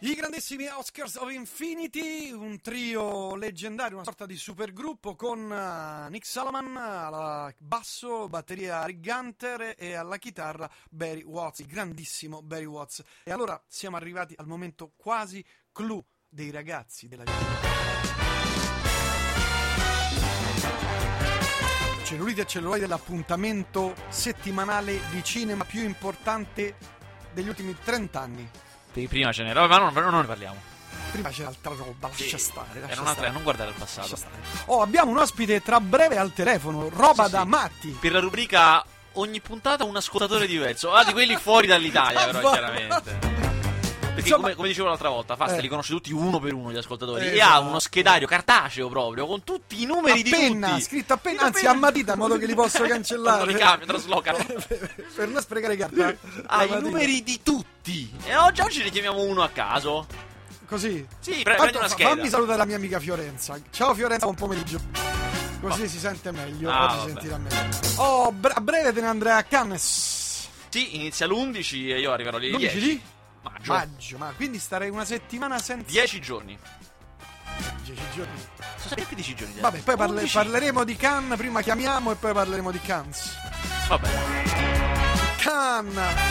I grandissimi Oscars of Infinity, un trio leggendario, una sorta di supergruppo con eh, Nick Salaman alla basso, batteria Rick Gunter e alla chitarra Barry Watts, il grandissimo Barry Watts. E allora siamo arrivati al momento quasi clou dei ragazzi della Cellulite e celluloide l'appuntamento settimanale di cinema più importante degli ultimi 30 anni. Di prima ce n'era, ma non, non ne parliamo. Prima c'era altra roba, lascia Sì, stare. Era Lascia un'altra, stare. non guardare al passato. Lascia stare. Oh, abbiamo un ospite tra breve al telefono, roba Sì, da sì. matti. Per la rubrica ogni puntata un ascoltatore diverso. Ah, di quelli fuori dall'Italia, Ah, però, va- chiaramente. Perché Insomma- come, come dicevo l'altra volta, Fast Eh. li conosce tutti uno per uno gli ascoltatori. Eh, e ha esatto. uno schedario cartaceo proprio, con tutti i numeri a penna, di tutti. scritto a penna, anzi a matita, in modo che li posso cancellare. Non li cambio, trasloca. per non sprecare carta. Ha La i matita. numeri di tutti. E oggi, oggi ne chiamiamo uno a caso. Così. Sì, pre- Eh, prendi Tanto una fa- scheda. fammi salutare la mia amica Fiorenza. Ciao Fiorenza, buon pomeriggio. Così si sente meglio. Ah, Oggi vabbè. sentirà meglio. Oh, bre- a breve te ne andrà a Cannes. Sì, inizia l'11 e io arriverò lì. L'11 10 di maggio. maggio, ma quindi starei una settimana senza 10 giorni. 10 giorni. Sono sempre più 10 giorni. Vabbè, poi parle- 11. parleremo di Cannes, prima chiamiamo e poi parleremo di Cannes. Vabbè. Cannes!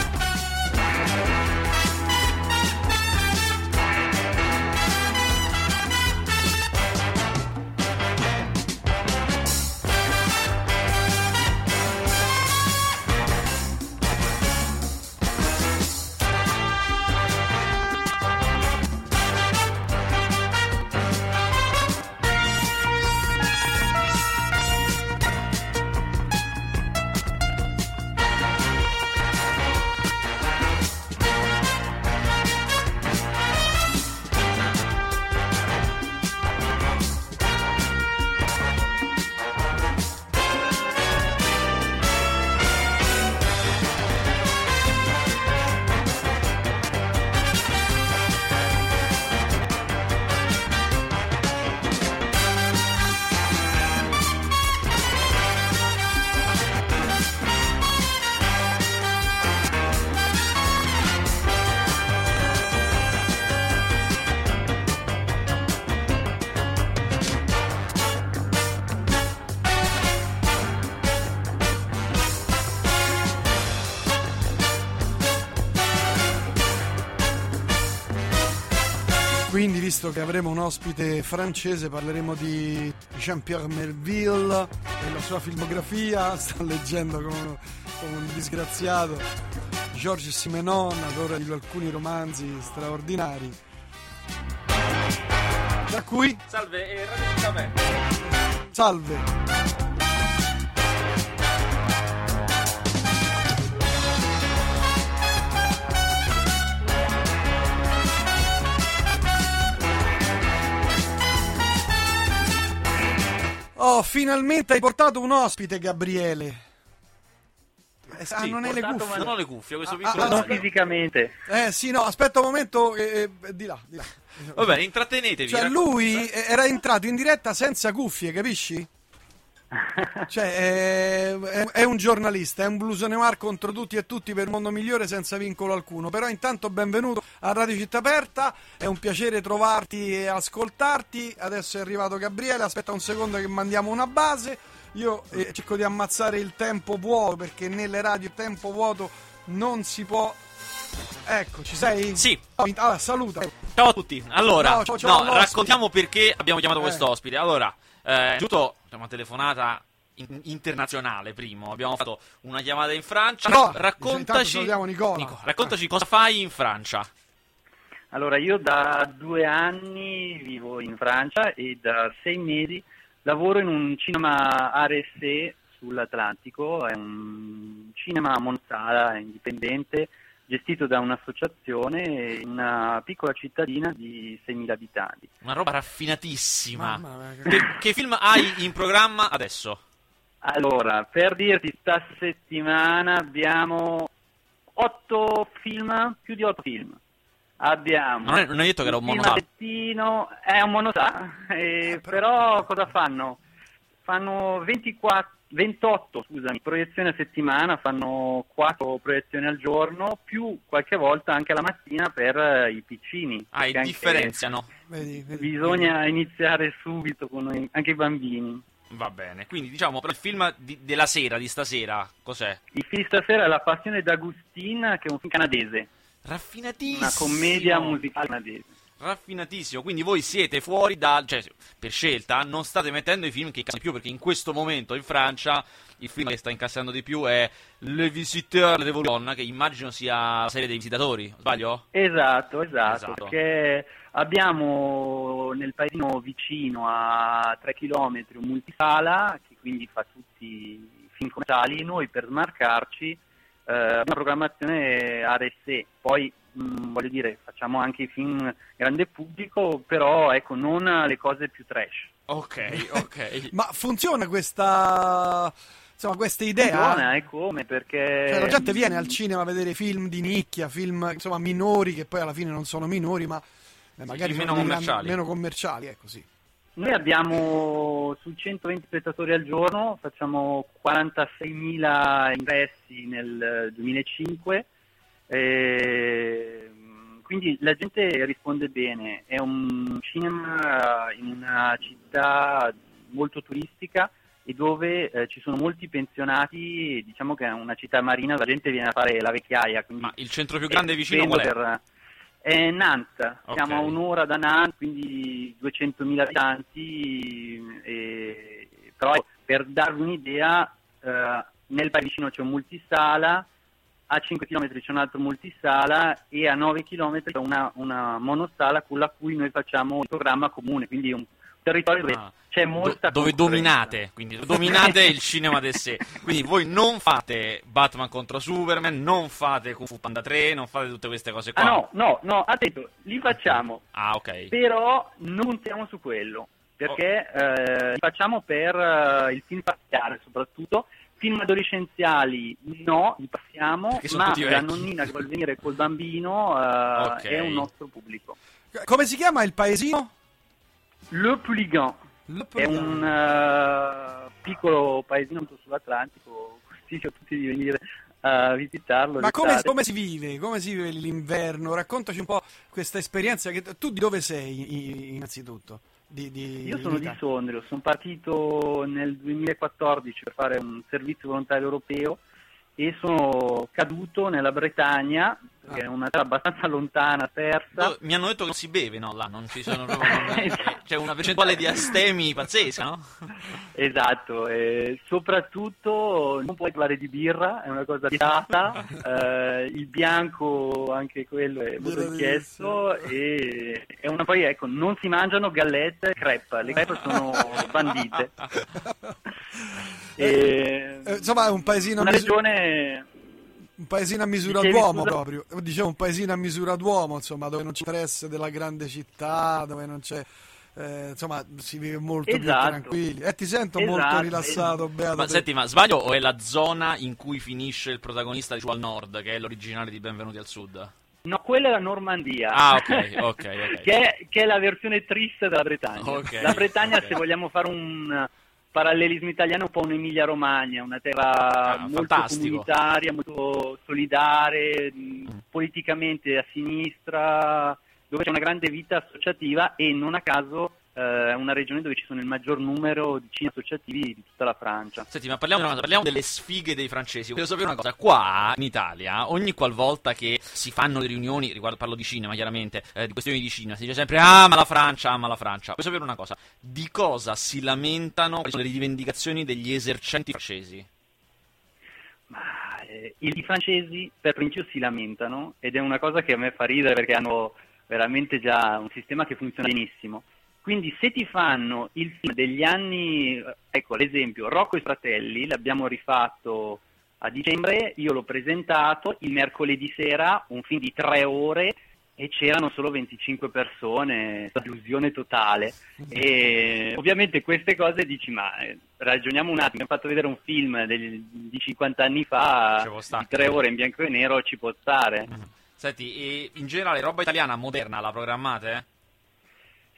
Quindi, visto che avremo un ospite francese, parleremo di Jean-Pierre Melville e la sua filmografia. Sta leggendo come, uno- come un disgraziato. Georges Simenon, autore di alcuni romanzi straordinari. Da cui, Salve, eh, e racconta a me. salve! Oh, finalmente hai portato un ospite, Gabriele. Eh, ah, non hai le portato, ma cuffie. Non ho le cuffie, questo Ah, piccolo. ah, No, Allora- fisicamente. Eh sì, no, aspetta un momento. eh, eh, di là, di là. Va bene, intrattenetevi. Cioè, raccon- lui era entrato in diretta senza cuffie, capisci? Cioè, è, è- è un giornalista, è un blusoneumar contro tutti e tutti per un mondo migliore senza vincolo alcuno. Però intanto benvenuto a Radio Città Aperta, è un piacere trovarti e ascoltarti. Adesso è arrivato Gabriele, aspetta un secondo che mandiamo una base. Io eh, cerco di ammazzare il tempo vuoto perché nelle radio il tempo vuoto non si può... Ecco, ci sei? Sì. Oh, in- allora, saluta. Ciao a tutti. Allora, No, ciao, ciao no, all'ospite. raccontiamo perché abbiamo chiamato Eh. questo ospite. Allora, eh, giusto, abbiamo una telefonata in- internazionale primo. Abbiamo fatto una chiamata in Francia. No, intanto raccontaci. salutiamo Nicola. raccontaci cosa fai in Francia. Allora, io da due anni vivo in Francia e da sei mesi lavoro in un cinema RSE sull'Atlantico, è un cinema a Monsala, indipendente, gestito da un'associazione in una piccola cittadina di 6.000 abitanti. Una roba raffinatissima. Mamma mia, che- Che, che film hai in programma adesso? Allora, per dirti, sta settimana abbiamo otto film, più di otto film. Abbiamo... Non, è- non hai detto che era un monosaurio. Filmattino è un monosaurio, eh, Eh, però- però... cosa fanno? Fanno 24 28, scusami, proiezioni a settimana, fanno 4 proiezioni al giorno, più qualche volta anche la mattina per eh, i piccini. Ah, e perché anche- differenziano. Vedi, vedi. Bisogna iniziare subito con i- anche i bambini. Va bene. Quindi, diciamo, però il film di- della sera, di stasera, cos'è? Il film stasera è La passione d'Agustina, che è un film canadese, Raffinatissimo. una commedia musicale canadese. Raffinatissimo. Quindi voi siete fuori da. cioè, per scelta, non state mettendo i film che incassano di più, perché in questo momento in Francia il film che sta incassando di più è Le Visiteur de Révolution, che immagino sia la serie dei visitatori. Sbaglio? Esatto, esatto, Esatto. perché abbiamo nel paesino vicino a 3 km un multisala che quindi fa tutti i film commerciali e noi per smarcarci eh, abbiamo una programmazione RSE, poi mh, voglio dire facciamo anche i film grande pubblico, però ecco non le cose più trash. Ok, ok. Ma funziona questa insomma, questa idea? Buona, e come? Perché Cioè, la gente viene al cinema a vedere film di nicchia, film insomma minori che poi alla fine non sono minori, ma eh, magari sì, sono meno dei gran- commerciali. meno commerciali, ecco sì. Noi abbiamo su 120 spettatori al giorno, facciamo 46.000 ingressi nel eh, 2005, ehm, quindi la gente risponde bene, è un cinema in una città molto turistica e dove eh, ci sono molti pensionati, diciamo che è una città marina, la gente viene a fare la vecchiaia, quindi Ma il centro più grande e vicino spendo qual è? per- è Nantes, Ok. siamo a un'ora da Nantes, quindi 200.000 abitanti, e- però ecco, per darvi un'idea, eh, nel paese vicino c'è un multisala, a 5 km c'è un altro multisala e a 9 km c'è una, una monosala con la cui noi facciamo il programma comune, quindi è un territorio dove Ah, c'è do- molta dove concorrenza. dominate, quindi dove dominate il cinema del sé. Quindi voi non fate Batman contro Superman, non fate Kung Fu Panda 3, non fate tutte queste cose qua. Ah no, no, no, attento, li facciamo, Ah, ok. però non puntiamo su quello perché Oh. eh, li facciamo per eh, il film familiare soprattutto film adolescenziali no li passiamo Perché sono ma tutti la vecchi. nonnina che vuole venire col bambino eh, Ok. è un nostro pubblico Come si chiama il paesino? Le Pouligan è un eh, piccolo paesino tutto sull'Atlantico consiglio a tutti di venire eh, a visitarlo Ma come, d'estate. come si vive? Come si vive l'inverno? Raccontaci un po' questa esperienza. Che... Tu di dove sei, i- innanzitutto? Di- di- Io sono in di Italia. Sondrio, sono partito nel 2014 per fare un servizio volontario europeo e sono caduto nella Bretagna, che è una terra abbastanza lontana, persa. No, mi hanno detto che non si beve, no, là non ci sono proprio... non- C'è una percentuale di astemi pazzesca, no? Esatto, e soprattutto non puoi parlare di birra, è una cosa vietata, eh, il bianco anche quello è molto richiesto e è una poi ecco, non si mangiano gallette e crepe, le crepe sono bandite. E- Eh, insomma, è un paesino una a misu- regione Un paesino a misura Dicevi, d'uomo scusa? proprio. Dicevo un paesino a misura d'uomo, insomma, dove non c'è stress della grande città, dove non c'è... eh, insomma, si vive molto più Esatto. tranquilli. E ti sento Esatto, molto rilassato, Beato. Ma te. senti, ma sbaglio o è la zona in cui finisce il protagonista di Giù al Nord, che è l'originale di Benvenuti al Sud? no, quella è la Normandia. Ah, ok, ok, ok. che, è, che è la versione triste della Bretagna. Ok, la Bretagna, ok. se vogliamo fare un parallelismo italiano, è un po' un'Emilia Romagna, una terra Ah, molto fantastico. Mm. comunitaria, molto solidare, mh, politicamente a sinistra, dove c'è una grande vita associativa e non a caso eh, è una regione dove ci sono il maggior numero di cini associativi di tutta la Francia. Senti, ma parliamo, di una cosa, parliamo delle sfighe dei francesi. Voglio sapere una cosa. Qua in Italia, ogni qualvolta che si fanno le riunioni, riguardo parlo di cinema chiaramente, eh, di questioni di cinema, si dice sempre ah ma la Francia, ah ma la Francia. Voglio sapere una cosa. Di cosa si lamentano quali sono le rivendicazioni degli esercenti francesi? Ma eh, i i francesi per principio si lamentano ed è una cosa che a me fa ridere perché hanno veramente già un sistema che funziona benissimo. Quindi se ti fanno il film degli anni, ecco l'esempio, Rocco e i fratelli, l'abbiamo rifatto a dicembre, io l'ho presentato il mercoledì sera, un film di tre ore e c'erano solo 25 persone, illusione totale. E ovviamente queste cose dici, ma eh, ragioniamo un attimo, mi ha fatto vedere un film del- di 50 anni fa, Ci può stare. di tre ore in bianco e nero, ci può stare. Senti, e in generale roba italiana moderna la programmate?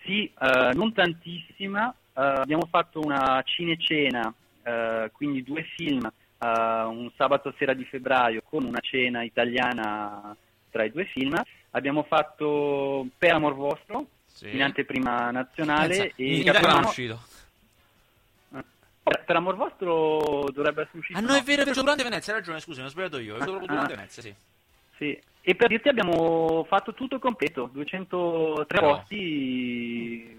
Sì, eh, non tantissima. Eh, abbiamo fatto una cinecena eh, quindi due film eh, un sabato sera di febbraio con una cena italiana tra i due film. Abbiamo fatto Per amor vostro Sì. in anteprima nazionale Pensa, in e Italia non è abbiamo- uscito. per, per amor vostro dovrebbe essere uscito. Ah no, no? è vero, è vero, durante Venezia, hai ragione, scusa, mi ho sbagliato io. È vero, durante Ah. Venezia, sì. Sì. E per dirti abbiamo fatto tutto completo, 203 Però. posti.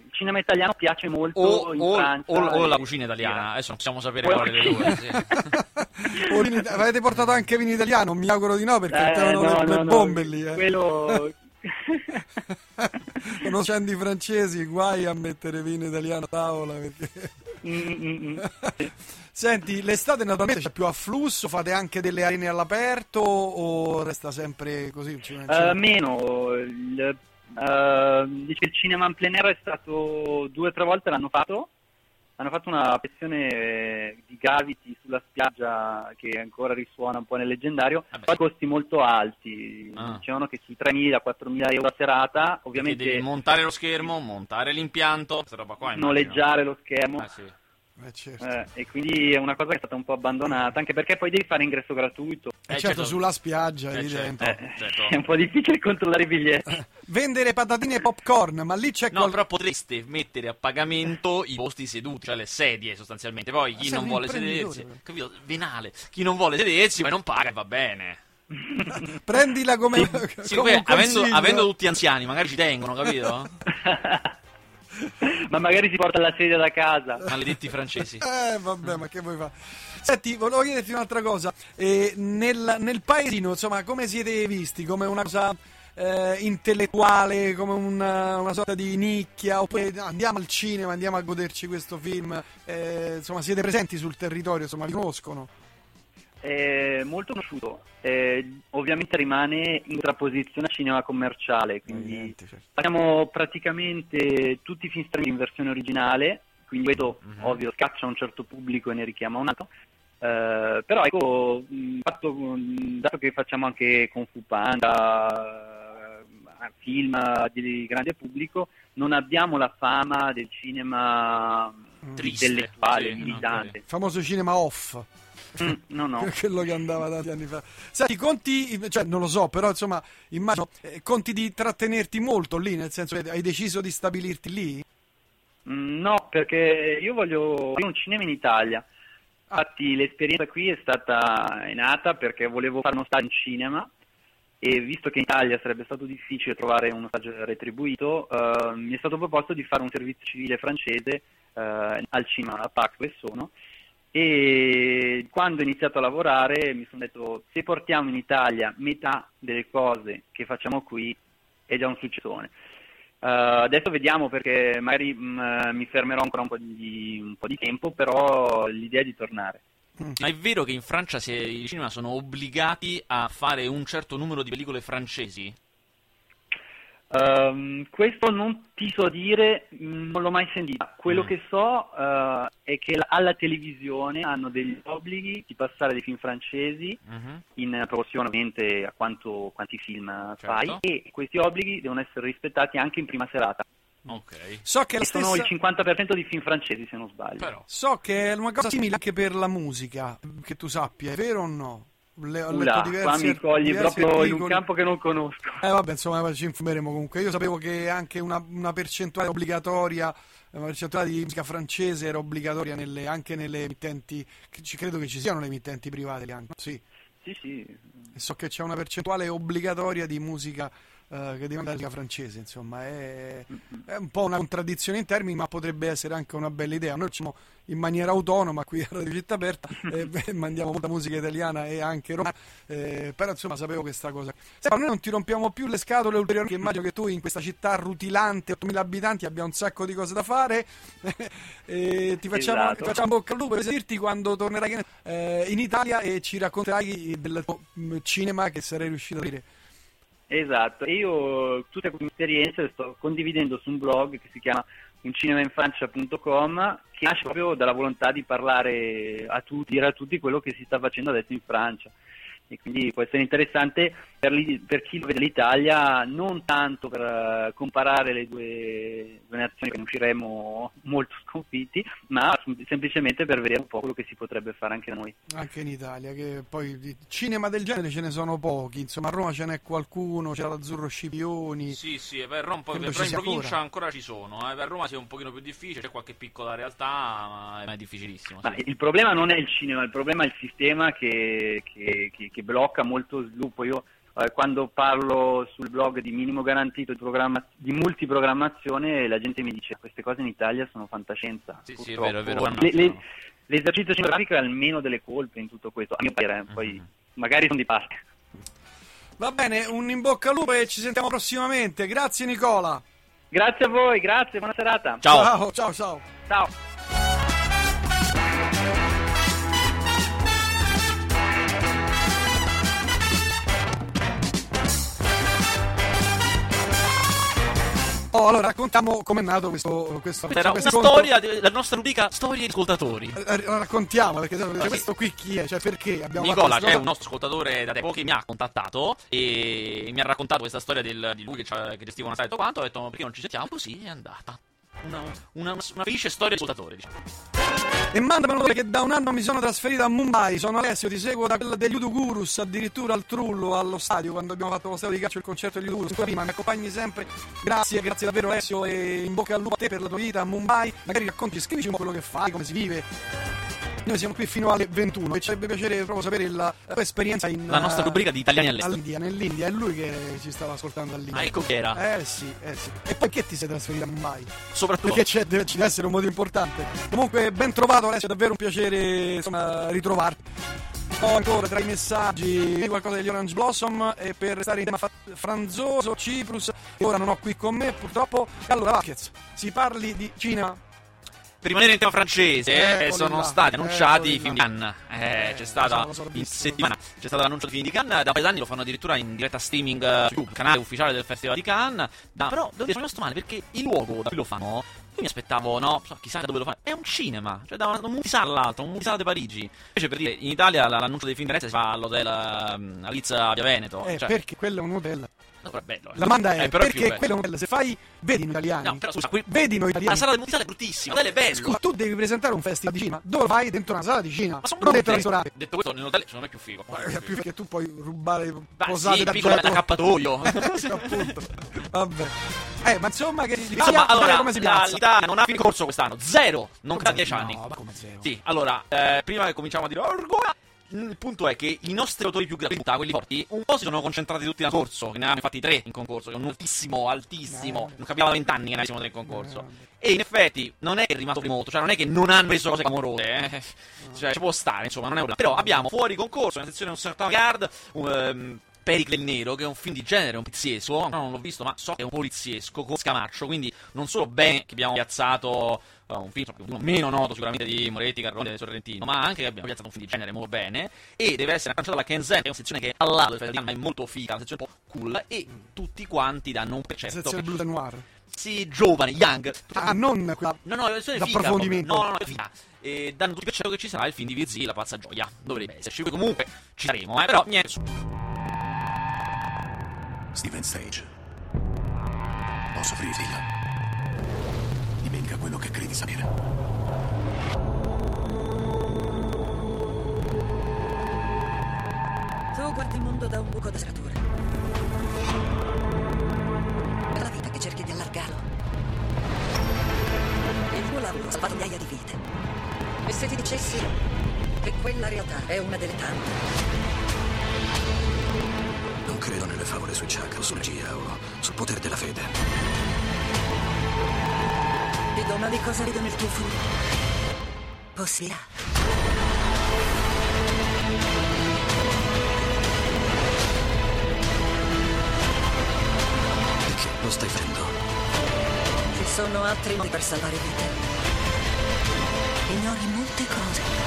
Il cinema italiano piace molto O, in o- Francia. o- o la e- cucina italiana, adesso non possiamo sapere O la quale delle due. Sì. O in Ita- avete portato anche vino italiano? Mi auguro di no perché Eh, andavano no, le, le no, no, bombe lì. Eh. Quello... Conoscendo i francesi, guai a mettere vino italiano a tavola. Perché... Mm, mm, mm. Senti, l'estate naturalmente c'è più afflusso, fate anche delle arene all'aperto o resta sempre così? Cioè, Ci- Eh, Ehm, ci- meno, il, eh, dice il cinema in plein air è stato due o tre volte l'hanno fatto, hanno fatto una sezione eh, di Gravity sulla spiaggia che ancora risuona un po' nel leggendario, Vabbè. poi costi molto alti, Ah. dicevano che sui 3.000-4.000 euro a serata, Perché devi ovviamente montare lo schermo, montare l'impianto, questa roba qua. immagino. noleggiare lo schermo. Eh, sì. Eh, certo. eh, e quindi è una cosa che è stata un po' abbandonata, anche perché poi devi fare ingresso gratuito, Eh, eh, certo, certo. sulla spiaggia, Eh, evidente. certo. è un po' difficile controllare i biglietti. Vendere patatine e popcorn, ma lì c'è No, qualcosa. però potreste mettere a pagamento i posti seduti, cioè le sedie sostanzialmente. Poi Ma chi sei non un vuole imprenditore, sedersi, però. capito? Venale. Chi non vuole sedersi, ma non paga, va bene. Eh, Prendila come, Sì, come poi, un avendo, consiglio. avendo tutti anziani, magari ci tengono, capito? Ma magari si porta la sedia da casa. Maledetti francesi. Eh, vabbè, ma che vuoi fare? Senti, volevo chiederti un'altra cosa. Eh, nel, nel paesino, insomma, come siete visti? Come una cosa eh, intellettuale, come una, una sorta di nicchia? Oppure no, andiamo al cinema, andiamo a goderci questo film? Eh, insomma, siete presenti sul territorio, insomma, vi conoscono. È molto conosciuto. Eh, ovviamente rimane in contrapposizione al cinema commerciale, Mm. quindi abbiamo praticamente tutti i film stranieri in versione originale, quindi questo Mhm. ovvio scaccia un certo pubblico e ne richiama un altro. Eh, però ecco, mh, fatto, mh, dato che facciamo anche con Fupanda eh, film di grande pubblico, non abbiamo la fama del cinema Mm. Triste, intellettuale, sì, no, militante. Il famoso cinema off. Mm, no, no. quello che andava tanti anni fa. Senti, conti, cioè non lo so, però insomma, immagino, eh, conti di trattenerti molto lì, nel senso che hai deciso di stabilirti lì? Mm, No, perché io voglio fare un cinema in Italia. Infatti, l'esperienza qui è stata è nata perché volevo fare uno stage in cinema e visto che in Italia sarebbe stato difficile trovare uno stage retribuito, eh, mi è stato proposto di fare un servizio civile francese eh, al cinema, a Pax dove sono. E quando ho iniziato a lavorare mi sono detto: se portiamo in Italia metà delle cose che facciamo qui, è già un successone. Eh, adesso vediamo perché magari mh, mi fermerò ancora un po, di, un po' di tempo, però l'idea è di tornare. Ma è vero che in Francia se- i cinema sono obbligati a fare un certo numero di pellicole francesi? Ehm, questo non ti so dire, mh, non l'ho mai sentita. Quello Mm. che so eh, è che la- alla televisione hanno degli obblighi di passare dei film francesi Mhm. in proporzione ovviamente a quanto, quanti film eh, Certo. fai e questi obblighi devono essere rispettati anche in prima serata. Ok. So che, è la E sono stessa, il 50% di film francesi se non sbaglio. Però. so che è una cosa simile anche per la musica, che tu sappia, è vero o no? Le, ho Ula, letto qua diversi, mi cogli diversi proprio in un articoli. campo che non conosco. Eh vabbè, insomma, ci informeremo comunque. Io sapevo che anche una, una percentuale obbligatoria, una percentuale di musica francese era obbligatoria nelle- anche nelle emittenti, che ci- credo che ci siano le emittenti private lì anche. Sì, Sì, sì, E so che c'è una percentuale obbligatoria di musica eh, che diventa musica francese, insomma, è, è un po' una contraddizione in termini, ma potrebbe essere anche una bella idea. Noi siamo in maniera autonoma qui a Radio Città Aperta e beh, mandiamo molta musica italiana e anche romana, eh, però insomma sapevo questa cosa. Stefano, noi non ti rompiamo più le scatole ulteriormente, immagino che tu in questa città rutilante, 8.000 abitanti, abbia un sacco di cose da fare. e ti facciamo, Esatto. ti facciamo bocca al lupo per sentirti quando tornerai che ne- eh, in Italia e ci racconterai del tuo mm, cinema che sarei riuscito a dire. Esatto, e io tutte queste esperienze le sto condividendo su un blog che si chiama uncinemainfrancia.com che nasce proprio dalla volontà di parlare a tutti, dire a tutti quello che si sta facendo adesso in Francia e quindi può essere interessante per per, li, per chi lo vede l'Italia, non tanto per eh, comparare le due, due nazioni che ne usciremo molto sconfitti, ma sem- semplicemente per vedere un po' quello che si potrebbe fare anche da noi. anche in Italia, che poi di cinema del genere ce ne sono pochi, insomma a Roma ce n'è qualcuno, c'è l'Azzurro Scipioni, Sì, sì, è vero, un po', Credo però ci in sia provincia ancora. ancora ci sono. Eh. Per Roma sì, è un pochino più difficile, c'è qualche piccola realtà, ma ma è difficilissimo. sì. Ma il problema non è il cinema, il problema è il sistema che, che- che- che blocca molto sviluppo. Io eh, quando parlo sul blog di minimo garantito di, programma- di multiprogrammazione, la gente mi dice queste cose in Italia sono fantascienza. Sì, sì, è Purtroppo. vero, è vero, guarda, Le- le- sono- l'esercizio cinematografico è almeno delle colpe in tutto questo, a mio parere, eh, poi Mhm. magari sono di parte. Va bene, un in bocca al lupo e ci sentiamo prossimamente. Grazie Nicola. Grazie a voi, grazie, buona serata. Ciao. ciao, ciao. ciao. Ciao. Oh, allora raccontiamo com'è nato questo questo Era una questo storia, di- la nostra rubrica Storie di ascoltatori. incontro. Eh, eh, Raccontiamo perché cioè, sì. questo qui chi è? Cioè perché abbiamo Nicola, fatto c'è questa un nostro ascoltatore da tempo che mi ha contattato e mi ha raccontato questa storia del- di lui che, c'ha- che gestiva una sala e tutto quanto. Ho detto, ma perché non ci sentiamo? Così è andata. Una, una, una felice storia di ascoltatore, diciamo. cosa? E mandamelo pure che da un anno mi sono trasferita a Mumbai, sono Alessio, ti seguo da quella degli Udugurus, addirittura al Trullo, allo stadio, quando abbiamo fatto lo stadio di calcio il concerto degli Udugurus, ancora prima mi accompagni sempre, grazie, grazie davvero Alessio e in bocca al lupo a te per la tua vita a Mumbai, magari racconti, scrivici un po' quello che fai, come si vive. Noi siamo qui fino alle 21 e ci sarebbe piacere proprio sapere la tua esperienza in La nostra eh, rubrica di italiani all'estero. all'India, nell'India, è lui che ci stava ascoltando all'India. Ah, ecco che era. Eh sì, eh sì. E poi che ti sei trasferito a Mumbai? Soprattutto. Perché c'è, deve, ci deve essere un motivo importante. Comunque, ben trovato Alessio, è davvero un piacere insomma, ritrovarti. Poi ancora tra i messaggi qualcosa degli Orange Blossom e per restare in tema fa- franzoso, Ciprus, che ora non ho qui con me purtroppo. E Allora Vasquez, si parli di cinema? Per rimanere in tema francese, eh, Eccoli sono là, stati eccoli annunciati i film di là. Cannes. Eh, Eh, c'è lo stata so, lo so, l'ho in visto. settimana, c'è stato l'annuncio dei film di Cannes. Da un paio d'anni lo fanno addirittura in diretta streaming eh, su YouTube, canale ufficiale del Festival di Cannes. Da- però devo dire, sono rimasto male perché il luogo da cui lo fanno. Io mi aspettavo, no, so, chissà dove lo fanno. È un cinema, cioè da una- un multisala all'altro, un multisala di Parigi. Invece per dire, in Italia la- l'annuncio dei film di Venezia si fa all'hotel ehm, Alice a Via Veneto. Eh, cioè, perché quello è un hotel. allora è bello. eh. La domanda è, Eh, però più perché bello. quello è un hotel? Se fai, vedi noi italiani. No, però scusa, qui- vedi noi La italiani. sala del multisala è bruttissima, l'hotel è bello. Scusa, tu devi presentare un festival di cinema. Dove vai? Dentro una sala di cinema. Ma sono non brutte. dentro un ristorante. Detto questo, nell'hotel secondo me è più figo. Eh, più perché tu puoi rubare Beh, posate sì, da piccole da gelato. cappatoio. Ecco, appunto. Vabbè. Eh, ma insomma, che l'Italia Insomma, allora, come si la- piazza? l'Italia non ha finito il corso quest'anno. Zero. Non da Come- dieci no, anni. ma come zero? Sì, allora, eh, prima che cominciamo a dire orgoglio, il punto è che i nostri autori più grandi, quelli forti, un po' si sono concentrati tutti da corso, che ne avevamo infatti tre in concorso, che è un altissimo, altissimo, Grande. non capiamo da vent'anni che ne avessimo tre in concorso. Grande. E in effetti non è che è rimasto premuto, cioè non è che non hanno preso cose clamorose, eh. cioè ci può stare, insomma, non è un problema. Però abbiamo fuori concorso, nella sezione un certo guard, un... ehm, Pericle il Nero, che è un film di genere, un poliziesco, ancora non l'ho visto, ma so che è un poliziesco con Scamarcio, quindi non solo bene che abbiamo piazzato eh, un film insomma, uno meno noto sicuramente di Moretti, Carrone e Sorrentino, ma anche che abbiamo piazzato un film di genere molto bene e deve essere agganciato alla Kenzen, che è una sezione che è al lato del Festival di Cannes, ma è molto figa, una sezione un po' cool e tutti quanti danno un precetto Sezione per eh, Blue Noir. sì, giovani, young. Ah, non quella... No, no, è una sezione figa. L'approfondimento. proprio. No, no, no, è figa. E danno tutti per certo che ci sarà il film di VZ, La pazza gioia. Dovrebbe esserci. Poi Comunque, ci saremo, eh, però niente. Steven Sage. Posso offrirgliela. Dimentica quello che credi sapere. Tu guardi il mondo da un buco da serratura. È la vita che cerchi di allargarlo. Il tuo lavoro ha salvato migliaia di vite. E se ti dicessi che quella realtà è una delle tante? Non credo nelle favole sui chakra, o sull'energia o sul potere della fede. Ti domandi cosa vedo nel tuo futuro? Possibilità. Perché lo stai facendo? Ci sono altri modi per salvare vite. Ignori molte cose.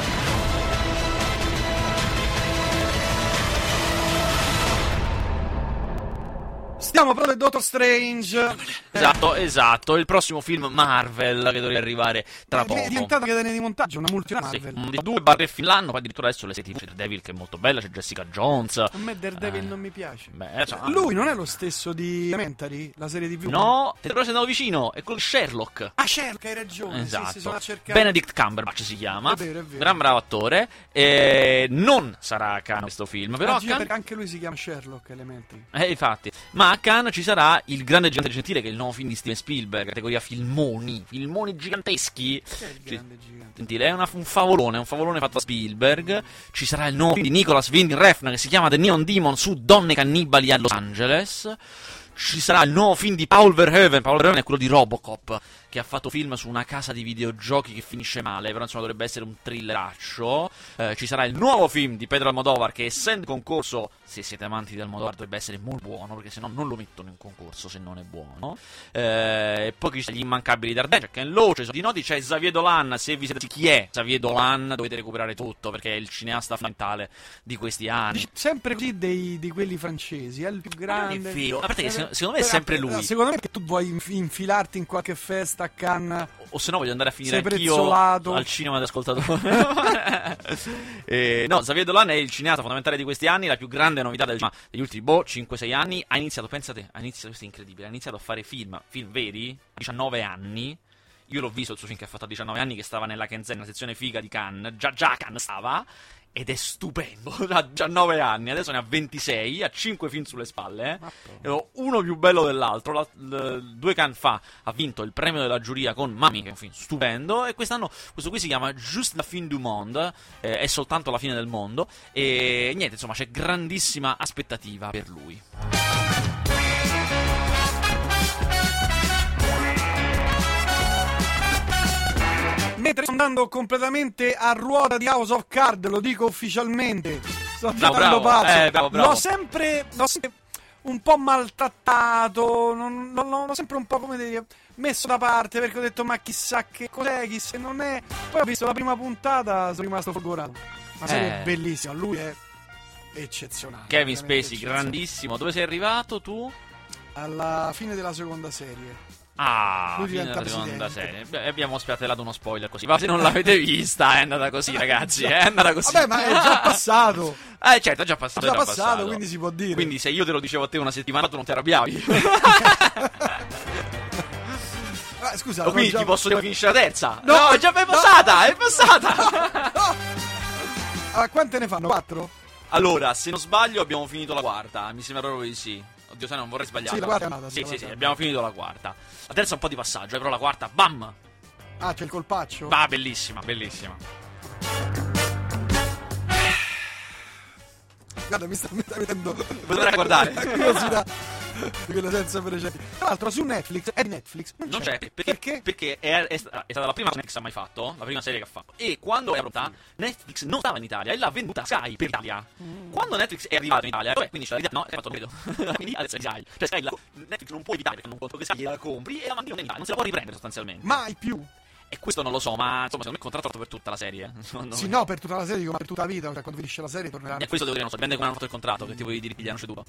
Steven, Stiamo proprio del Dottor Strange. Esatto, esatto. Il prossimo film Marvel che dovrebbe arrivare tra poco. È diventata catena di montaggio, una multinazionale. Sì, Marvel. un di due barre fin l'anno, poi addirittura adesso le serie TV c'è Devil che è molto bella, c'è Jessica Jones. A me Daredevil non mi piace. Eh, Beh, cioè, Lui non è lo stesso di Elementary, la serie TV? No, te però sei andato vicino, è quello di Sherlock. Ah, cerca, hai ragione. Sì, Esatto. si sono a cercare. Benedict Cumberbatch si chiama. È vero, è vero. Gran bravo attore. E non sarà a Cannes questo film, però Ah, a gira Cannes perché anche lui si chiama Sherlock Elementary. Eh, infatti. Ma a Cannes ci sarà Il Grande Gigante Gentile, che è il nuovo film di Steven Spielberg, categoria filmoni, filmoni giganteschi. Che è il Ci- grande gigante? Gentile, è una- un favolone, un favolone fatto da Spielberg. Ci sarà il nuovo film di Nicholas Winding Refn che si chiama The Neon Demon su donne cannibali a Los Angeles. Ci sarà il nuovo film di Paul Verhoeven. Paul Verhoeven è quello di Robocop, che ha fatto un film su una casa di videogiochi che finisce male, però insomma dovrebbe essere un thrilleraccio. Eh, ci sarà il nuovo film di Pedro Almodovar, che essendo concorso, se siete amanti di Almodovar, dovrebbe essere molto buono, perché se no non lo mettono in concorso se non è buono. Eh, e poi ci sono gli immancabili Darden, c'è Ken Loach, c'è cioè, di noti, c'è Xavier Dolan. Se vi siete chi è Xavier Dolan, dovete recuperare tutto perché è il cineasta fondamentale di questi anni. Dici Sempre così dei, di quelli francesi, è il più grande. non è vero. A parte che Eh, se- secondo me è però- sempre però lui. Secondo me è che tu vuoi inf- infilarti in qualche festa a Cannes. O se no voglio andare a finire Sei anch'io prezzolato. al cinema di ascoltatore. Eh, no, Xavier Dolan è il cineasta fondamentale di questi anni, la più grande novità del cinema degli ultimi boh, 5-6 anni. Ha iniziato, pensate, ha iniziato, questo è incredibile, ha iniziato a fare film, film veri, a 19 anni. Io l'ho visto il suo film che ha fatto a 19 anni, che stava nella Kenzen, nella sezione figa di Cannes, già, già a Cannes stava. Ed è stupendo, ha 19 anni, adesso ne ha 26, ha 5 film sulle spalle. eh. Eh, Uno più bello dell'altro. La- l- due can fa ha vinto il premio della giuria con Mami, che è un film stupendo. E quest'anno questo qui si chiama Just la fin du monde. eh, è soltanto la fine del mondo. E niente, insomma, c'è grandissima aspettativa per lui. Mentre sto andando completamente a ruota di House of Card, lo dico ufficialmente. Sto Bravo, diventando bravo. pazzo. Eh, bravo, bravo. L'ho sempre. l'ho sempre un po' maltrattato. Non, non- non- l'ho sempre un po' come dire. Messo da parte perché ho detto ma chissà che cos'è, chissà che non è. Poi ho visto la prima puntata, sono rimasto folgorato. Ma serie Eh. bellissima, lui è eccezionale. Kevin Ah, veramente Spacey, eccezionale. grandissimo. Dove sei arrivato tu? Alla fine della seconda serie. Ah, Lui fine diventa della seconda presidente. serie. Beh, abbiamo spiattellato uno spoiler così. Ma se non l'avete vista, è andata così, ragazzi. È andata così. Vabbè, ma è già passato. Eh, certo, è già passato. Già passato, quindi si può dire. Quindi se io te lo dicevo a te una settimana, tu non ti arrabbiavi. Ah, scusa, O quindi l'ho già- ti posso dire che finisce la terza. No, No, è già è no. passata, è passata. Ah, quante ne fanno? Quattro? allora, se non sbaglio, abbiamo finito la quarta. Mi sembra proprio di sì. Oddio, sai, non vorrei sbagliare. Sì, la quarta è andata, Sì, sì, la sì, quarta sì, è abbiamo finito la quarta. La terza è un po' di passaggio, eh, però la quarta, bam! Ah, c'è il colpaccio? Va, bellissima, bellissima. Guarda, mi sta mettendo Potrei guardare. la curiosità di quello senza precedenti. Tra l'altro, su Netflix, è di Netflix. Non, Non c'è, perché? Perché, è, è sta- è stata la prima che Netflix ha mai fatto, la prima serie che ha fatto. E quando è pronta, Netflix non stava in Italia e l'ha venduta Sky per Italia. Mm. Quando Netflix è arrivata in Italia, cioè, quindi c'è la idea, no, è fatto credo. quindi adesso è di Sky. Cioè Sky la, Netflix non può evitare perché non conto che Sky la compri e la mandi in Italia, non se la può riprendere sostanzialmente. Mai più. E questo non lo so, ma insomma, secondo me il contratto è fatto per tutta la serie. Non- Sì, no, per tutta la serie, dico, ma per tutta la vita. Cioè, quando finisce la serie, tornerà. E questo devo dire, non so, dipende come hanno fatto il contratto, che tipo di diritti gli hanno ceduto.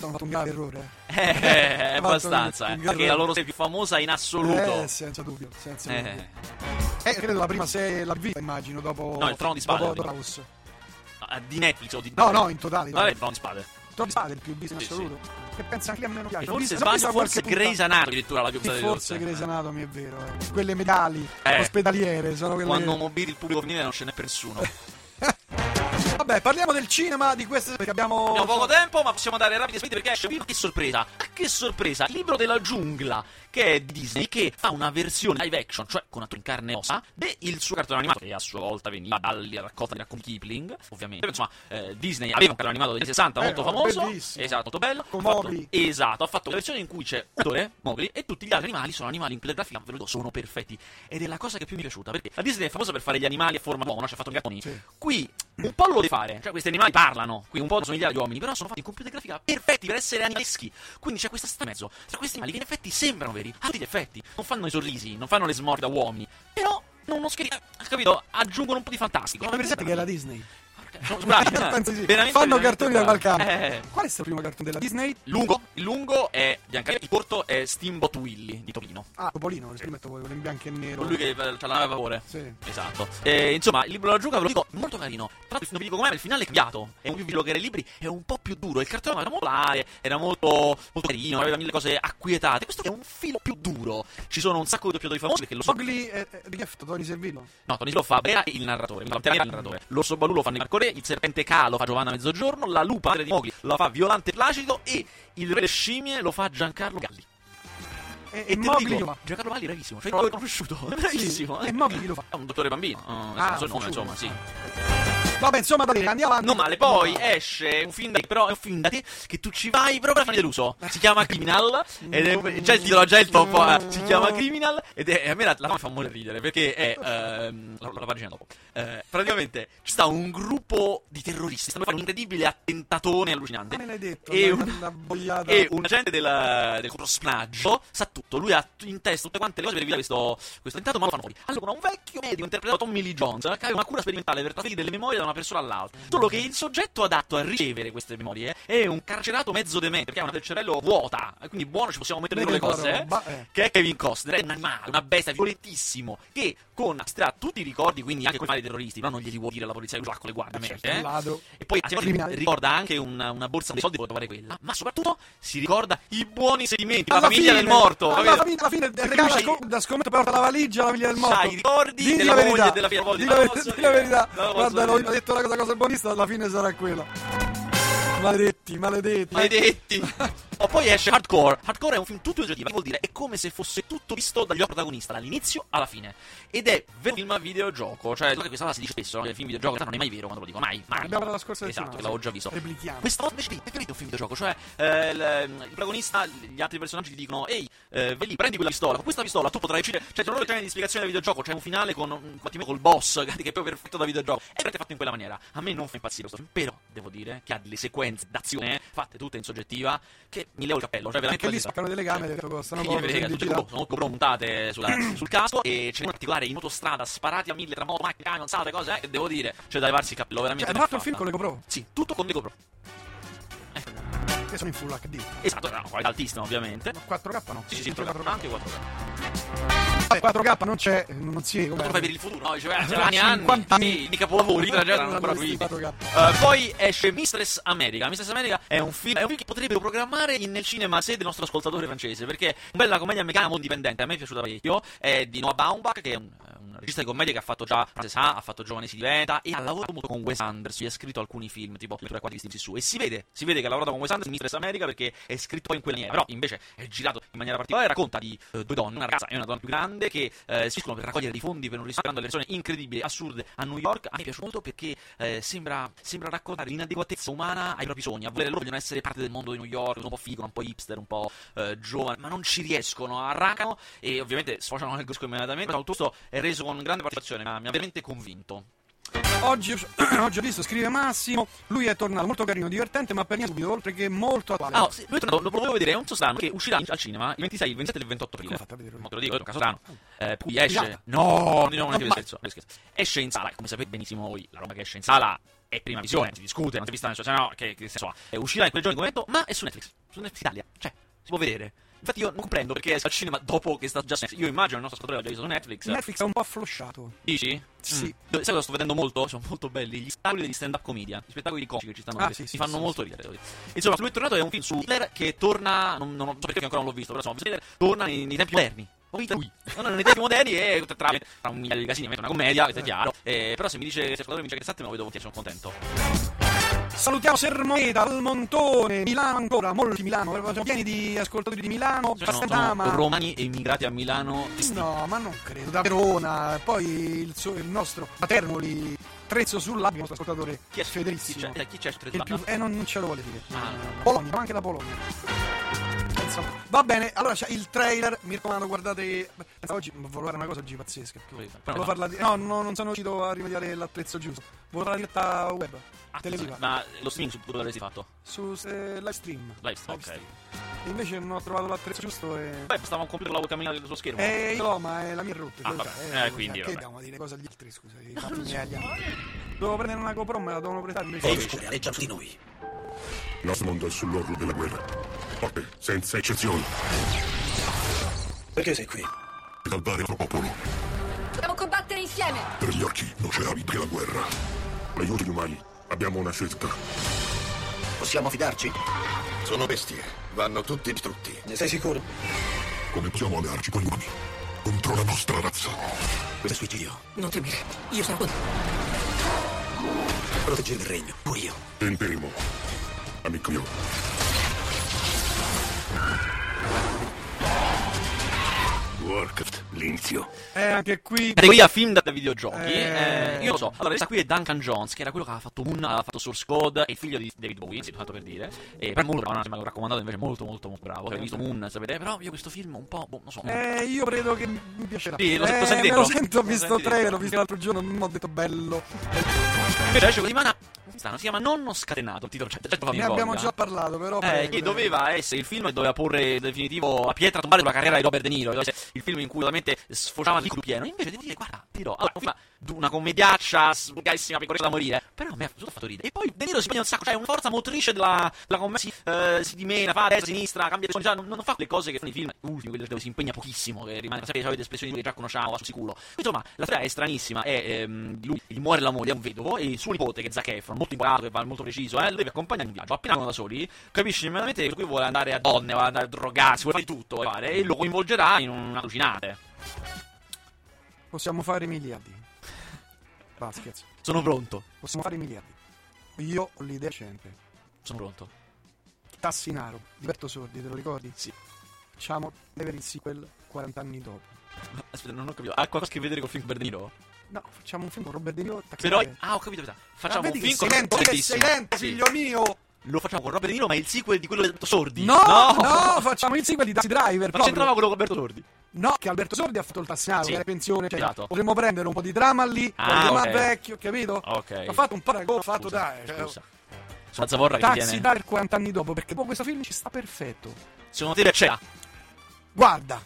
Hanno fatto un grave errore. Eh, Fatto abbastanza, eh. un- un Perché è la loro serie più famosa in assoluto. Eh, senza dubbio. Senza dubbio. Eh. Eh, credo la prima serie l'ha vita, immagino, dopo... No, il Trono di Spade, Dopo dico. House. Ah, Di Netflix o di No, no, in totale. Vabbè, Vabbè. il Trono di Spade. Trono di Spade, il più visto in Sì, sì. assoluto. Che pensa anche a me Cioè, non piace. Ho E forse visto- ho visto sbaglio, forse qualche Grey's puntata. Anatomy addirittura la più usata di Forse tutte. Grey's Anatomy è vero, eh. quelle medali Eh. ospedaliere sono quelle. Quando mobili il pubblico femminile non ce n'è per nessuno. Vabbè, parliamo del cinema di queste perché abbiamo. Abbiamo poco tempo, ma possiamo dare rapidi spinte perché esce un libro. Che sorpresa! Ah, Che sorpresa! Il libro della giungla, che è di Disney, che fa una versione live action, cioè con attori in carne e ossa, del suo cartone animato, che a sua volta veniva dalla raccolta di racconti Kipling, ovviamente. Insomma, eh, Disney aveva un cartone animato degli anni 60 Eh, molto no, famoso. bellissimo. Esatto, molto bello. Con Ha fatto- Mowgli. Esatto, ha fatto una versione in cui c'è un attore, Mowgli, e tutti gli altri animali sono animali in grafica, ve lo dico, sono perfetti. Ed è la cosa che più mi è piaciuta, perché la Disney è famosa per fare gli animali a forma buona, ci ha fatto i gattoni. Sì. Qui un po' lo devi fare, cioè questi animali parlano, qui un po' somigliano agli uomini, però sono fatti in computer grafica perfetti per essere animaleschi. Quindi c'è questa strada in mezzo tra questi animali che in effetti sembrano veri, a tutti gli effetti, non fanno i sorrisi, non fanno le smorte da uomini, però non uno scherzo, capito? eh, Aggiungono un po' di fantastico. Ma pensate che è la Disney? Porca Sono bravi. eh. Anzi, sì, cioè, Veramente, Fanno veramente cartoni da bravi. Valcano. Eh. Qual è il primo cartone della Disney? Lungo, il lungo è Biancaneve, il corto è Steamboat Willy di Torino. Ah, Topolino, il metto poi quello in bianco e nero. Colui che eh, c'ha la nave a vapore. Sì. Esatto. E, insomma, il libro della giuca ve lo dico molto carino. Tra l'altro, non vi dico com'è, ma il finale è cambiato. È un più veloce che i libri, è un po' più duro. Il cartone era molto live, era molto, molto carino, aveva mille cose acquietate. Questo è un filo più duro. Ci sono un sacco di doppiatori famosi perché lo so. Mowgli è, è di Jeff, Tony Servillo. No, Tony Silo fa Brea il narratore, la pantera nera il narratore. L'orso balù lo fa Marco Re, il serpente K lo fa Giovanna Mezzogiorno, la lupa madre di Mogli la fa Violante Placido e il re delle scimmie lo fa Giancarlo Galli. E, E e te lo Mowgli dico, lo fa. Giancarlo Galli è bravissimo, cioè non l'ho conosciuto, è bravissimo. eh. E Mowgli lo fa. È un dottore bambino, eh, Ah, non so il nome, Fusume. insomma, sì. Vabbè, insomma, dai, andiamo avanti. Non male, poi eh, esce un film da te, però è un film da te che tu ci vai proprio per farmi deluso. Si chiama Criminal, ed è un- già il titolo, già il top, eh, si chiama Criminal, ed è, a me la, la mi fa morire ridere, perché è, ehm, la, la pagina dopo, Eh, praticamente ci sta un gruppo di terroristi, stanno per fare un incredibile attentatone allucinante. Ah, Me l'hai detto, E una- un- una boiata. e un agente del, del controspionaggio sa tutto. Lui ha t- in testa tutte quante le cose per evitare questo, questo tentato, ma lo fanno fuori. Allora, un vecchio medico interpretato da Tommy Lee Jones che aveva una cura sperimentale per trasferire delle memorie da una persona all'altra. Solo che il soggetto adatto a ricevere queste memorie è un carcerato mezzo demente perché ha una del cervello vuota. Quindi, buono, ci possiamo mettere dentro le Vedi cose. la eh. roba, eh. Che è Kevin Costner, è un animale, una bestia violettissimo. Che con astrà tutti i ricordi, quindi anche con i mali dei terroristi, però non glieli vuol dire alla polizia, lui lo ha con le guardie. Certo, ovviamente, un eh. ladro. E poi a Criminale. ricorda anche una, una borsa dei soldi per trovare quella, ma soprattutto si ricorda i buoni sentimenti, la Alla famiglia fine, del morto. Alla capito? fine, alla fine, Perché regala lui ci- sco- da scommetto porta la valigia alla famiglia del morto. C'ha i ricordi Dì la della moglie e verità. della figlia- Dì la la, ver- posso dì la dire? verità. La posso Guarda, dire. ho detto la cosa cosa buonista, alla fine sarà quella. Maledetti, maledetti. Maledetti. O poi esce Hardcore. Hardcore è un film tutto oggettivo, che vuol dire è come se fosse tutto visto dagli occhi protagonista, dall'inizio alla fine. Ed è vero film a videogioco. Cioè, guarda che questa cosa si dice spesso, no? che il film videogioco in realtà non è mai vero quando lo dico, mai, mai. Abbiamo parlato la scorsa Esatto, settimana, che l'avevo sì. già visto. Replichiamo. Questa volta invece lì, è veramente un film videogioco. Cioè, eh, il, il protagonista, gli altri personaggi gli dicono, ehi, eh, vai lì, prendi quella pistola, con questa pistola tu potrai uccidere. Cioè, c'è un di spiegazione del videogioco, c'è un finale con un combattimento col boss, che è proprio perfetto da videogioco. È veramente fatto in quella maniera. A me non fa impazzire questo film, però devo dire che ha delle sequenze d'azione eh, fatte tutte in soggettiva che mi levo il cappello. Cioè, veramente Anche lì quella- spaccano delle camere, detto, costano Sì, poco, perché quindi tutte gira- sono molto pro montate sulla- sul casco e c'è in particolare in motostrada sparati a mille tra moto, macchina, camion, salate, cose, eh, che devo dire, c'è da levarsi il cappello Cioè, veramente. hanno ben fatto il film fatta. con le GoPro, Sì, tutto con le GoPro. che sono in full HD. Esatto, era una qualità altissima ovviamente. 4K no? Sì, sì, sì, 4K. 4K, anche 4K. Vabbè, 4K non c'è, non si è. Lo fai per il futuro, no? Dice, beh, c'erano 50 anni, anni. sì, cioè, di capolavori, tra Non l'altro, erano ancora avresti vivi. 4K. Eh, poi esce Mistress America. Mistress America è un film, è un film che potrebbero programmare in- nel cinema se del nostro ascoltatore francese, perché è una bella commedia americana molto dipendente, a me è piaciuta parecchio, è di Noah Baumbach, che è un, eh, un regista di commedia che ha fatto già Frances Ha, ha fatto Giovane si diventa, e ha lavorato molto con Wes Anderson, gli ha scritto alcuni film, tipo Lettura quadri distinti su, e si vede, si vede che ha lavorato con Wes Anderson in Mistress America perché è scritto poi in quella maniera, però invece è girato in maniera particolare, racconta di eh, due donne, una ragazza e una donna più grande, che eh, si scuono per raccogliere dei fondi per un ristorante alle persone incredibili, assurde, a New York, a me è piaciuto molto perché eh, sembra, sembra raccontare l'inadeguatezza umana ai propri sogni, a volere loro vogliono essere parte del mondo di New York, sono un po' figo, un po' hipster, un po' eh, giovane, ma non ci riescono, arrancano e ovviamente sfociano nel gusco immediatamente, ma tutto questo è reso con grande partecipazione, ma mi ha veramente convinto. Oggi, oggi ho visto, scrive Massimo, lui è tornato molto carino, divertente, ma per niente subito, oltre che molto attuale. Ah, no, sì, lui è tornato, lo volevo vedere, è un sostrano che uscirà al cinema il 26, il 27 e il 28 aprile. Come fate a vederlo? Ma te lo dico, è un caso strano. Eh, poi esce. Pirata. No, no, non è che Ma- scherzo, non è scherzo. Esce in sala, e come sapete benissimo voi, la roba che esce in sala è prima visione, si discute, non si è vista nessuno, no, che, che senso ha. E uscirà in quel giorno come detto, ma è su Netflix, su Netflix Italia, cioè, si può vedere. Infatti io non comprendo perché esce al cinema dopo che sta già su Netflix. Io immagino il nostro ascoltatore l'ha già visto su Netflix. Netflix è un po' afflosciato. Dici? Sì. Mm. Sai cosa sto vedendo molto? Sono molto belli gli spettacoli degli stand-up comedian. Gli spettacoli di comici che ci stanno. Ah, adesso. sì, Mi sì, fanno sì, molto ridere. devo dire. Insomma, lui è tornato. È un film su Hitler che torna. Non, non so perché ancora non l'ho visto, però insomma, Hitler torna nei, nei tempi moderni. Ho vinto lui. No, no, nei tempi moderni e tra, tra, tra un migliaio di casini, mette una commedia, questo è chiaro. Eh, però se mi dice se il ascoltatore mi dice che è interessante, me lo vedo volentieri, sono contento. Salutiamo Sermoneta, Almontone, Milano ancora, molti Milano, siamo pieni di ascoltatori di Milano, Sono, Pastantama. sono romani emigrati a Milano. No, ma non credo, da Verona, poi il, suo- il nostro Paternoli, Trezzo sull'Abbia, il nostro ascoltatore Chi è Chi Federissimo. c'è? Chi c'è? Il più, eh, non, non ce lo vuole dire. Ah, no. Bologna, ma anche da Bologna. Insomma, va bene, allora c'è il trailer, mi raccomando, guardate. Pensavo Oggi volevo fare una cosa oggi pazzesca. Volevo farla di... No, no, non sono riuscito a rimediare l'attrezzo giusto. Volevo fare la diretta Ah, web, televisiva, Ma lo streaming su tutto l'avresti fatto? su eh, live stream. Live stream, ok. Invece non ho trovato l'attrezzo giusto e... Beh, stavo computer con la camminata dello schermo. Eh, io no, ma è la mia rotta. cioè, Ah, vabbè. eh, Eh, quindi, Che vabbè. dobbiamo dire cosa agli altri, scusa. i fatti miei agli altri. Dovevo prendere una GoPro, me la dovevano prestare invece. Virus che aleggia su di noi. Il nostro mondo è sull'orlo della guerra. Forte, senza eccezioni, Perché sei qui? per salvare il nostro popolo. Dobbiamo combattere insieme. Per gli orchi non c'è altro che la guerra. Con L'aiuto di umani abbiamo una scelta. Possiamo fidarci? Sono bestie, vanno tutti distrutti. Ne sei sicuro? Come possiamo allearci con gli umani? Contro la nostra razza. Questo è suicidio. Non temere, io sarò con te. Proteggere il regno, pure io. Tenteremo. Amico mio, Warcraft, l'inizio. Eh, anche qui... Categoria film da, da videogiochi. Eh. eh, io lo so. Allora, questa qui è Duncan Jones, che era quello che aveva fatto Moon, aveva fatto Source Code, è il figlio di David Bowie, sì, tanto per dire. E però molto bravo, mi ha raccomandato invece molto molto molto bravo. Avete visto Moon, sapete? Però io questo film un po'. boh, non so. Eh, io credo che mi piacerà. Sì, lo- lo eh, senti me lo dentro? sento, ho Lo visto senti tre, dentro? l'ho visto l'altro giorno, non ho detto bello. Invece la Cioè, settimana strano, si chiama Nonno scatenato. Il titolo certo, certo fa Ne venire abbiamo voglia. già parlato, però... Eh, prego, che prego. doveva essere il film che doveva porre in definitivo la pietra tombale sulla carriera di Robert De Niro. Doveva essere Il film in cui veramente sfociava di pieno. Invece devo dire, guarda, ti dirò, allora, un film di una commediaccia, sbugarissima, pecorella da morire. Però a me ha tutto fatto ridere. E poi De Niro si prende un sacco, cioè è una forza motrice della, della commedia. Si, eh, si dimena, fa a destra, a sinistra, cambia di non, non fa quelle cose che fanno i film ultimi, quelli dove si impegna pochissimo, che rimane sempre le solite espressioni che già conosciamo, a su sicuro. Insomma, la storia è stranissima. È, ehm, lui gli muore la moglie, è un vedovo, e suo nipote, che è Zac Efron, molto imparato, che va molto preciso, eh, lui vi accompagna in viaggio. Appena vanno da soli, capisci immediatamente che lui vuole andare a donne, vuole andare a drogarsi, vuole fare di tutto, vuole fare, e lo coinvolgerà in una allucinate. Possiamo fare i miliardi. Va, scherzo. Sono pronto. Possiamo fare i miliardi. Io ho l'idea sempre. Sono pronto. Tassinaro, Diberto Sordi, te lo ricordi? Sì. Facciamo Never il sequel 40 anni dopo. Aspetta, non ho capito. Ha qualcosa a che vedere col film per De Niro? No, facciamo un film con Robert De Niro. Però. Taxi- Ah, ho capito, ho capito. Ma Facciamo vedi un che film sei con lento, che sei Santissimo. lento, Sì. figlio mio! Lo facciamo con Robert De Niro, ma è il sequel di quello di Alberto Sordi. No, no, no, facciamo il sequel di Taxi Driver. Ma proprio. c'entrava quello con Alberto Sordi. No, che Alberto Sordi ha fatto il Tassinaro, Sì. che era in pensione. Cioè, Esatto. Potremmo prendere un po' di dramma lì, Ah, qualcosa ok. vecchio, capito? Ok. Ho fatto un paragone, ho fatto Scusa, dai. cioè, Scusa. Sulla zavorra che Taxi viene. Driver 40 anni dopo, perché poi questo film ci sta perfetto. Secondo te c'era? Guarda,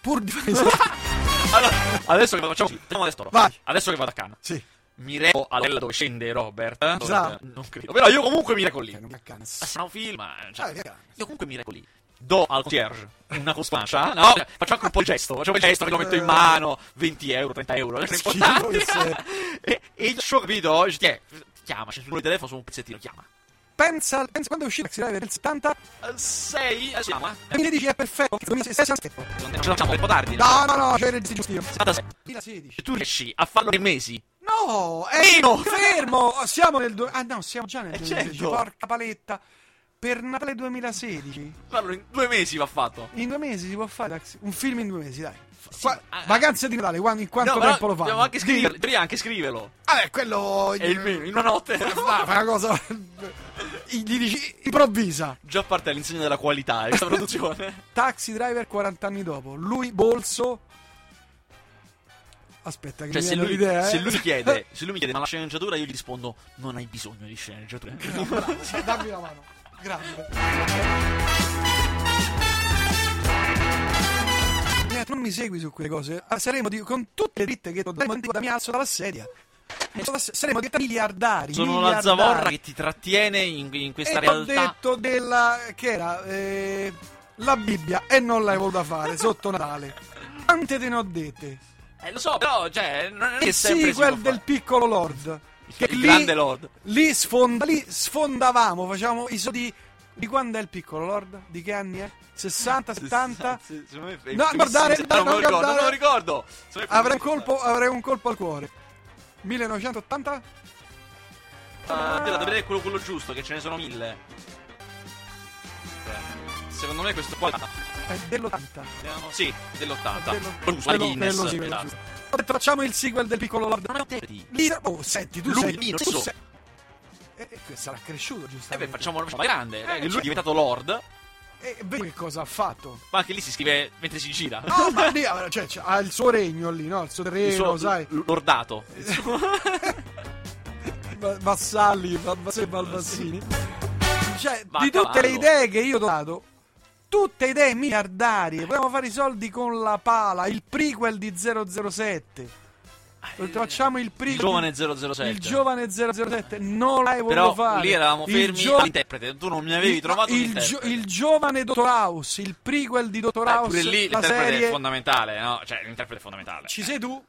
pur di Allora, adesso che facciamo così, facciamo adesso. Vai. Adesso che vado a Cannes. Sì. Mi reco all'ella dove scende Robert. eh? Esatto. Non credo. Però io comunque mi reco lì. Cioè, non mi accanzi. Ah, sarà un film. eh, Ah, Cioè, via Cannes. io comunque mi reco lì. Do al concierge una costancia. No, cioè, faccio anche un po' il gesto. Facciamo il gesto che lo metto in mano. 20 euro, 30 euro. È Schifo importante. che e, e il suo capito. dice, "Tiè, Chiama, c'è il numero di telefono su un pezzettino. Chiama. "Eh, Pensa, pensa quando è uscito Taxi Driver nel 70, 6 si chiama? "Eh, 2010 è perfetto, 2016 è perfetto. Non ce la facciamo, è un po' tardi. No, no, no, c'è il regista Giustino. 76. 2016. Se "Cioè, tu riesci a farlo nei mesi, No, è Fermo! fermo, siamo nel due- Ah no, siamo già nel Eh, 2016, certo. porca paletta. Per Natale 2016, farlo in due mesi va fatto. in due mesi si può fare Taxi- un film in due mesi, dai. Qua- ma- ah. vacanze di Natale, quando- in quanto No, però tempo lo fanno? dobbiamo anche Di- scriverlo, devi anche scriverlo. Vabbè, quello... E il meno, in una notte. Fa fa una cosa... gli dici, improvvisa. Già parte all'insegna della qualità eh, questa produzione. Taxi driver 40 anni dopo. Lui bolso. Aspetta, che Cioè, mi se viene lui, l'idea, eh. se lui mi chiede, se lui mi chiede, ma la sceneggiatura, io gli rispondo, non hai bisogno di sceneggiatura. Dammi la mano. Grande. Eh, Non mi segui su quelle cose. Ah, Saremo di- con tutte le dritte che ti ho dato, dico, mi alzo dalla sedia. Mi alzo dalla se- Saremo di miliardari. Sono la miliardari. zavorra Eh, che ti trattiene in, in questa E ti ho realtà. detto della. che era. eh, la Bibbia e non l'hai voluta fare sotto Natale. Quante te ne ho dette? Eh, lo so, però, cioè, non è che Il sempre si può sequel Eh del fare. piccolo Lord. Che Il lì, grande Lord. Lì, sfonda- lì sfondavamo, facevamo i soldi. Di quando è il piccolo Lord? Di che anni è? 60, 70? Sì, sì, secondo me è No, primissimo, guardare, se- non me lo no, ricordo, guardare. non me lo ricordo. Secondo me è Avrei un primissimo. colpo, avrei un colpo al cuore. 1980? Ah, devo vedere quello, quello giusto, che ce ne sono mille. Beh, Secondo me questo qua È dell'80. Vediamo- Sì, dell'80. Dello- Quello giusto, la dello- Guinness. dello- sì, quello esatto. giusto. Ho detto, facciamo il sequel del piccolo Lord. Non è un terdi. Lì, oh, senti, tu Lui, sei... lì, non tu so. sei- E, e sarà cresciuto, E giustamente. beh, facciamo una roba grande. eh, lui certo. è diventato Lord, E vedi che cosa ha fatto. ma anche lì si scrive mentre si gira. No, ma lì ha- cioè, c'ha- ha il suo regno lì, no? Il suo terreno, Il suo- Eh, sai. l- Lordato. Va- Vassalli, Valvassini. Cioè, Va a di tutte le cavallo. idee che io ho dato, Tutte idee miliardarie. Volevamo fare i soldi con la pala. Il prequel di 007. Ho detto, Facciamo il prequel. Il giovane 007. Il giovane 007. Non l'hai voluto Però fare. lì eravamo Il fermi gio- all'interprete. Tu non mi avevi trovato un il, gio- interprete. il giovane Dottor House, il prequel di Dottor Eh, House, pure lì la l'interprete serie. è fondamentale, no? Cioè, l'interprete è fondamentale. Ci sei tu?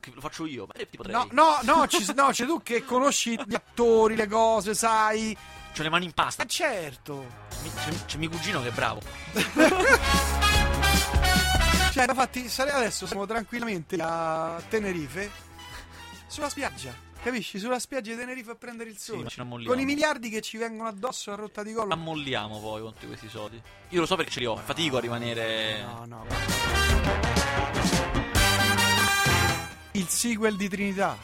Eh, Lo faccio io, beh, ti potrei. No, no, no, ci, no, c'è tu che conosci gli attori, le cose, sai. C'ho le mani in pasta. Ma certo. Mi- C'è, c'è mio cugino che è bravo. Cioè, infatti, sare- adesso siamo tranquillamente a Tenerife, sulla spiaggia, capisci? Sulla spiaggia di Tenerife a prendere il ma sole. ci ammolliamo. con i miliardi che ci vengono addosso a rotta di collo. Ammolliamo poi con tutti questi soldi. Io lo so perché ce li ho. Fatico a rimanere. No, no. guarda. Il sequel di Trinità.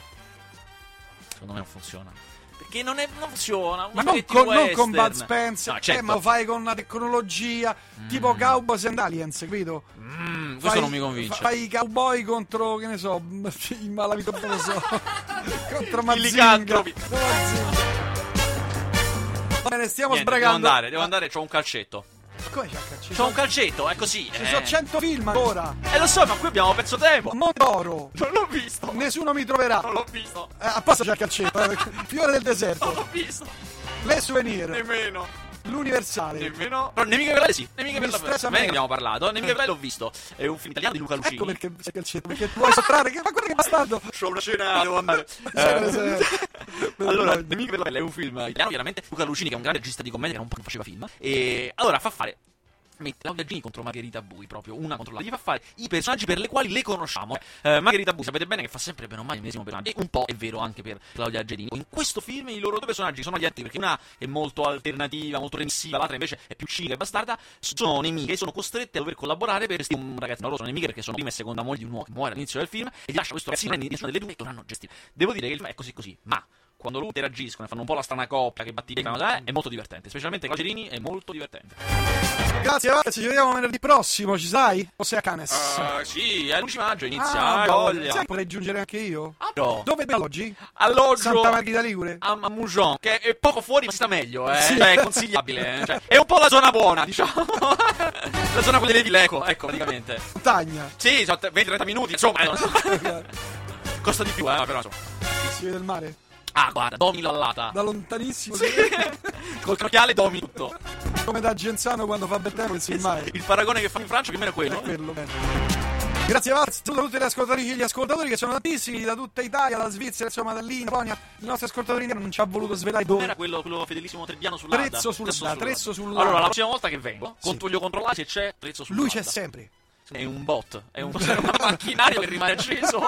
Secondo me non funziona. Perché non, è, non funziona. Ma un non spaghetti con, non western. con Bud Spencer, No, eh, certo. ma lo fai con una tecnologia tipo Cowboys and Aliens, capito? Mm, questo Fai- non mi convince. fa- Fai i cowboy contro, che ne so, il malavito non lo so. contro I Mazinga. licantropi. Va bene, stiamo Niente, devo sbragando. andare, devo andare, c'ho un calcetto. Come c'è il calcio? C'ho un calcetto, è così. Ci eh. sono 100 film ancora. Eh, lo so, ma qui abbiamo perso tempo. Mondoro. Non l'ho visto. Nessuno mi troverà. Non l'ho visto. Eh, apposta c'è il calcetto. eh. Fiore del Non deserto. l'ho visto. Le souvenir. Nemmeno. L'universale. Nemmeno. Però Nemiche per sì. Nemiche per Mi stressa la ne me. abbiamo parlato. Nemiche per l'ho visto. È un film italiano di Luca Lucini. Ecco perché c'è il calcetto. Perché tu vuoi sottrarre. che- Ma guarda che bastardo. C'ho una cena, devo andare. Sai cosa Eh, è? allora, Nemico per la pelle è un film italiano, chiaramente. Luca Lucini, che è un grande regista di commedia, che non non faceva film. E allora fa fare. mette Claudia Gini contro Margherita Bui, proprio una contro l'altra. Gli fa fare i personaggi per le quali le conosciamo. Eh, Margherita Bui, sapete bene che fa sempre bene o male il medesimo personaggio. E un po' è vero anche per Claudia Gini. In questo film i loro due personaggi sono gli altri, perché una è molto alternativa, molto remissiva, l'altra invece è più cinica e bastarda. Sono nemiche e sono costrette a dover collaborare per gestire un ragazzino. Loro sono nemiche perché sono prima e seconda moglie di un uomo che muore all'inizio del film. E gli lascia questo ragazzino in delle due e dovranno gestire. Devo dire che il film è così così, ma quando loro interagiscono e fanno un po' la strana coppia che batti eh, è molto divertente. Specialmente Claucerini è molto divertente. Grazie, Vaz, ci vediamo venerdì prossimo, ci sai? O sei a Canes? Ah, sì, è l'11 maggio, inizia. Ah, Ah, boh, voglia. Sai, potrei giungere anche io? Ah, no. Dove alloggi? Alloggio Santa Margherita Ligure? a a Mujon, che è poco fuori ma si sta meglio, eh. Sì. Cioè, è consigliabile. eh. Cioè, è un po' la zona buona, diciamo. la zona quella di Leco, ecco, praticamente. Montagna. Sì, sono 20-30 minuti, insomma. eh, non so. Costa di più, eh, però insomma. si vede il mare. Ah, guarda, domino all'ata. Da lontanissimo. Col crocchiale domi tutto. Come da Genzano quando fa bel tempo, non si vede il mare. Il paragone che fanno in Francia, che meno è È quello. quello, bene. Grazie Vaz, saluto tutti gli ascoltatrici e gli ascoltatori che sono tantissimi da tutta Italia, dalla Svizzera, insomma dall'India, Polonia. Il nostro ascoltatore indiano non ci ha voluto svelare Non dove. era quello, quello fedelissimo Trebbiano sull'Adda. Trezzo sull'Adda, Trezzo sull'Adda. Allora, la prossima volta che vengo, Sì. cont- voglio controllare se c'è Trezzo sull'Adda. Lui c'è sempre. È un bot, è un, è un macchinario che rimane acceso.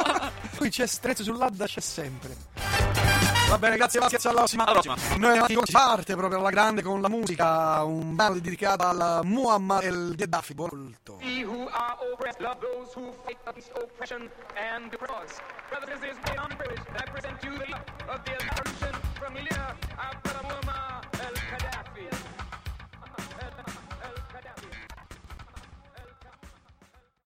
Lui c'è strezzo sull'Adda, c'è sempre. Va bene, grazie Vaz, alla prossima. Alla prossima. Noi avanti con- si parte proprio alla grande con la musica, un brano dedicato al Muammar el Gheddafi. Buon ascolto. He who are oppressed, love those who fight against oppression and the cross. Brothers and sisters, beyond privilege, I present you the love of the Revolution from Elena, our brother Muhammad.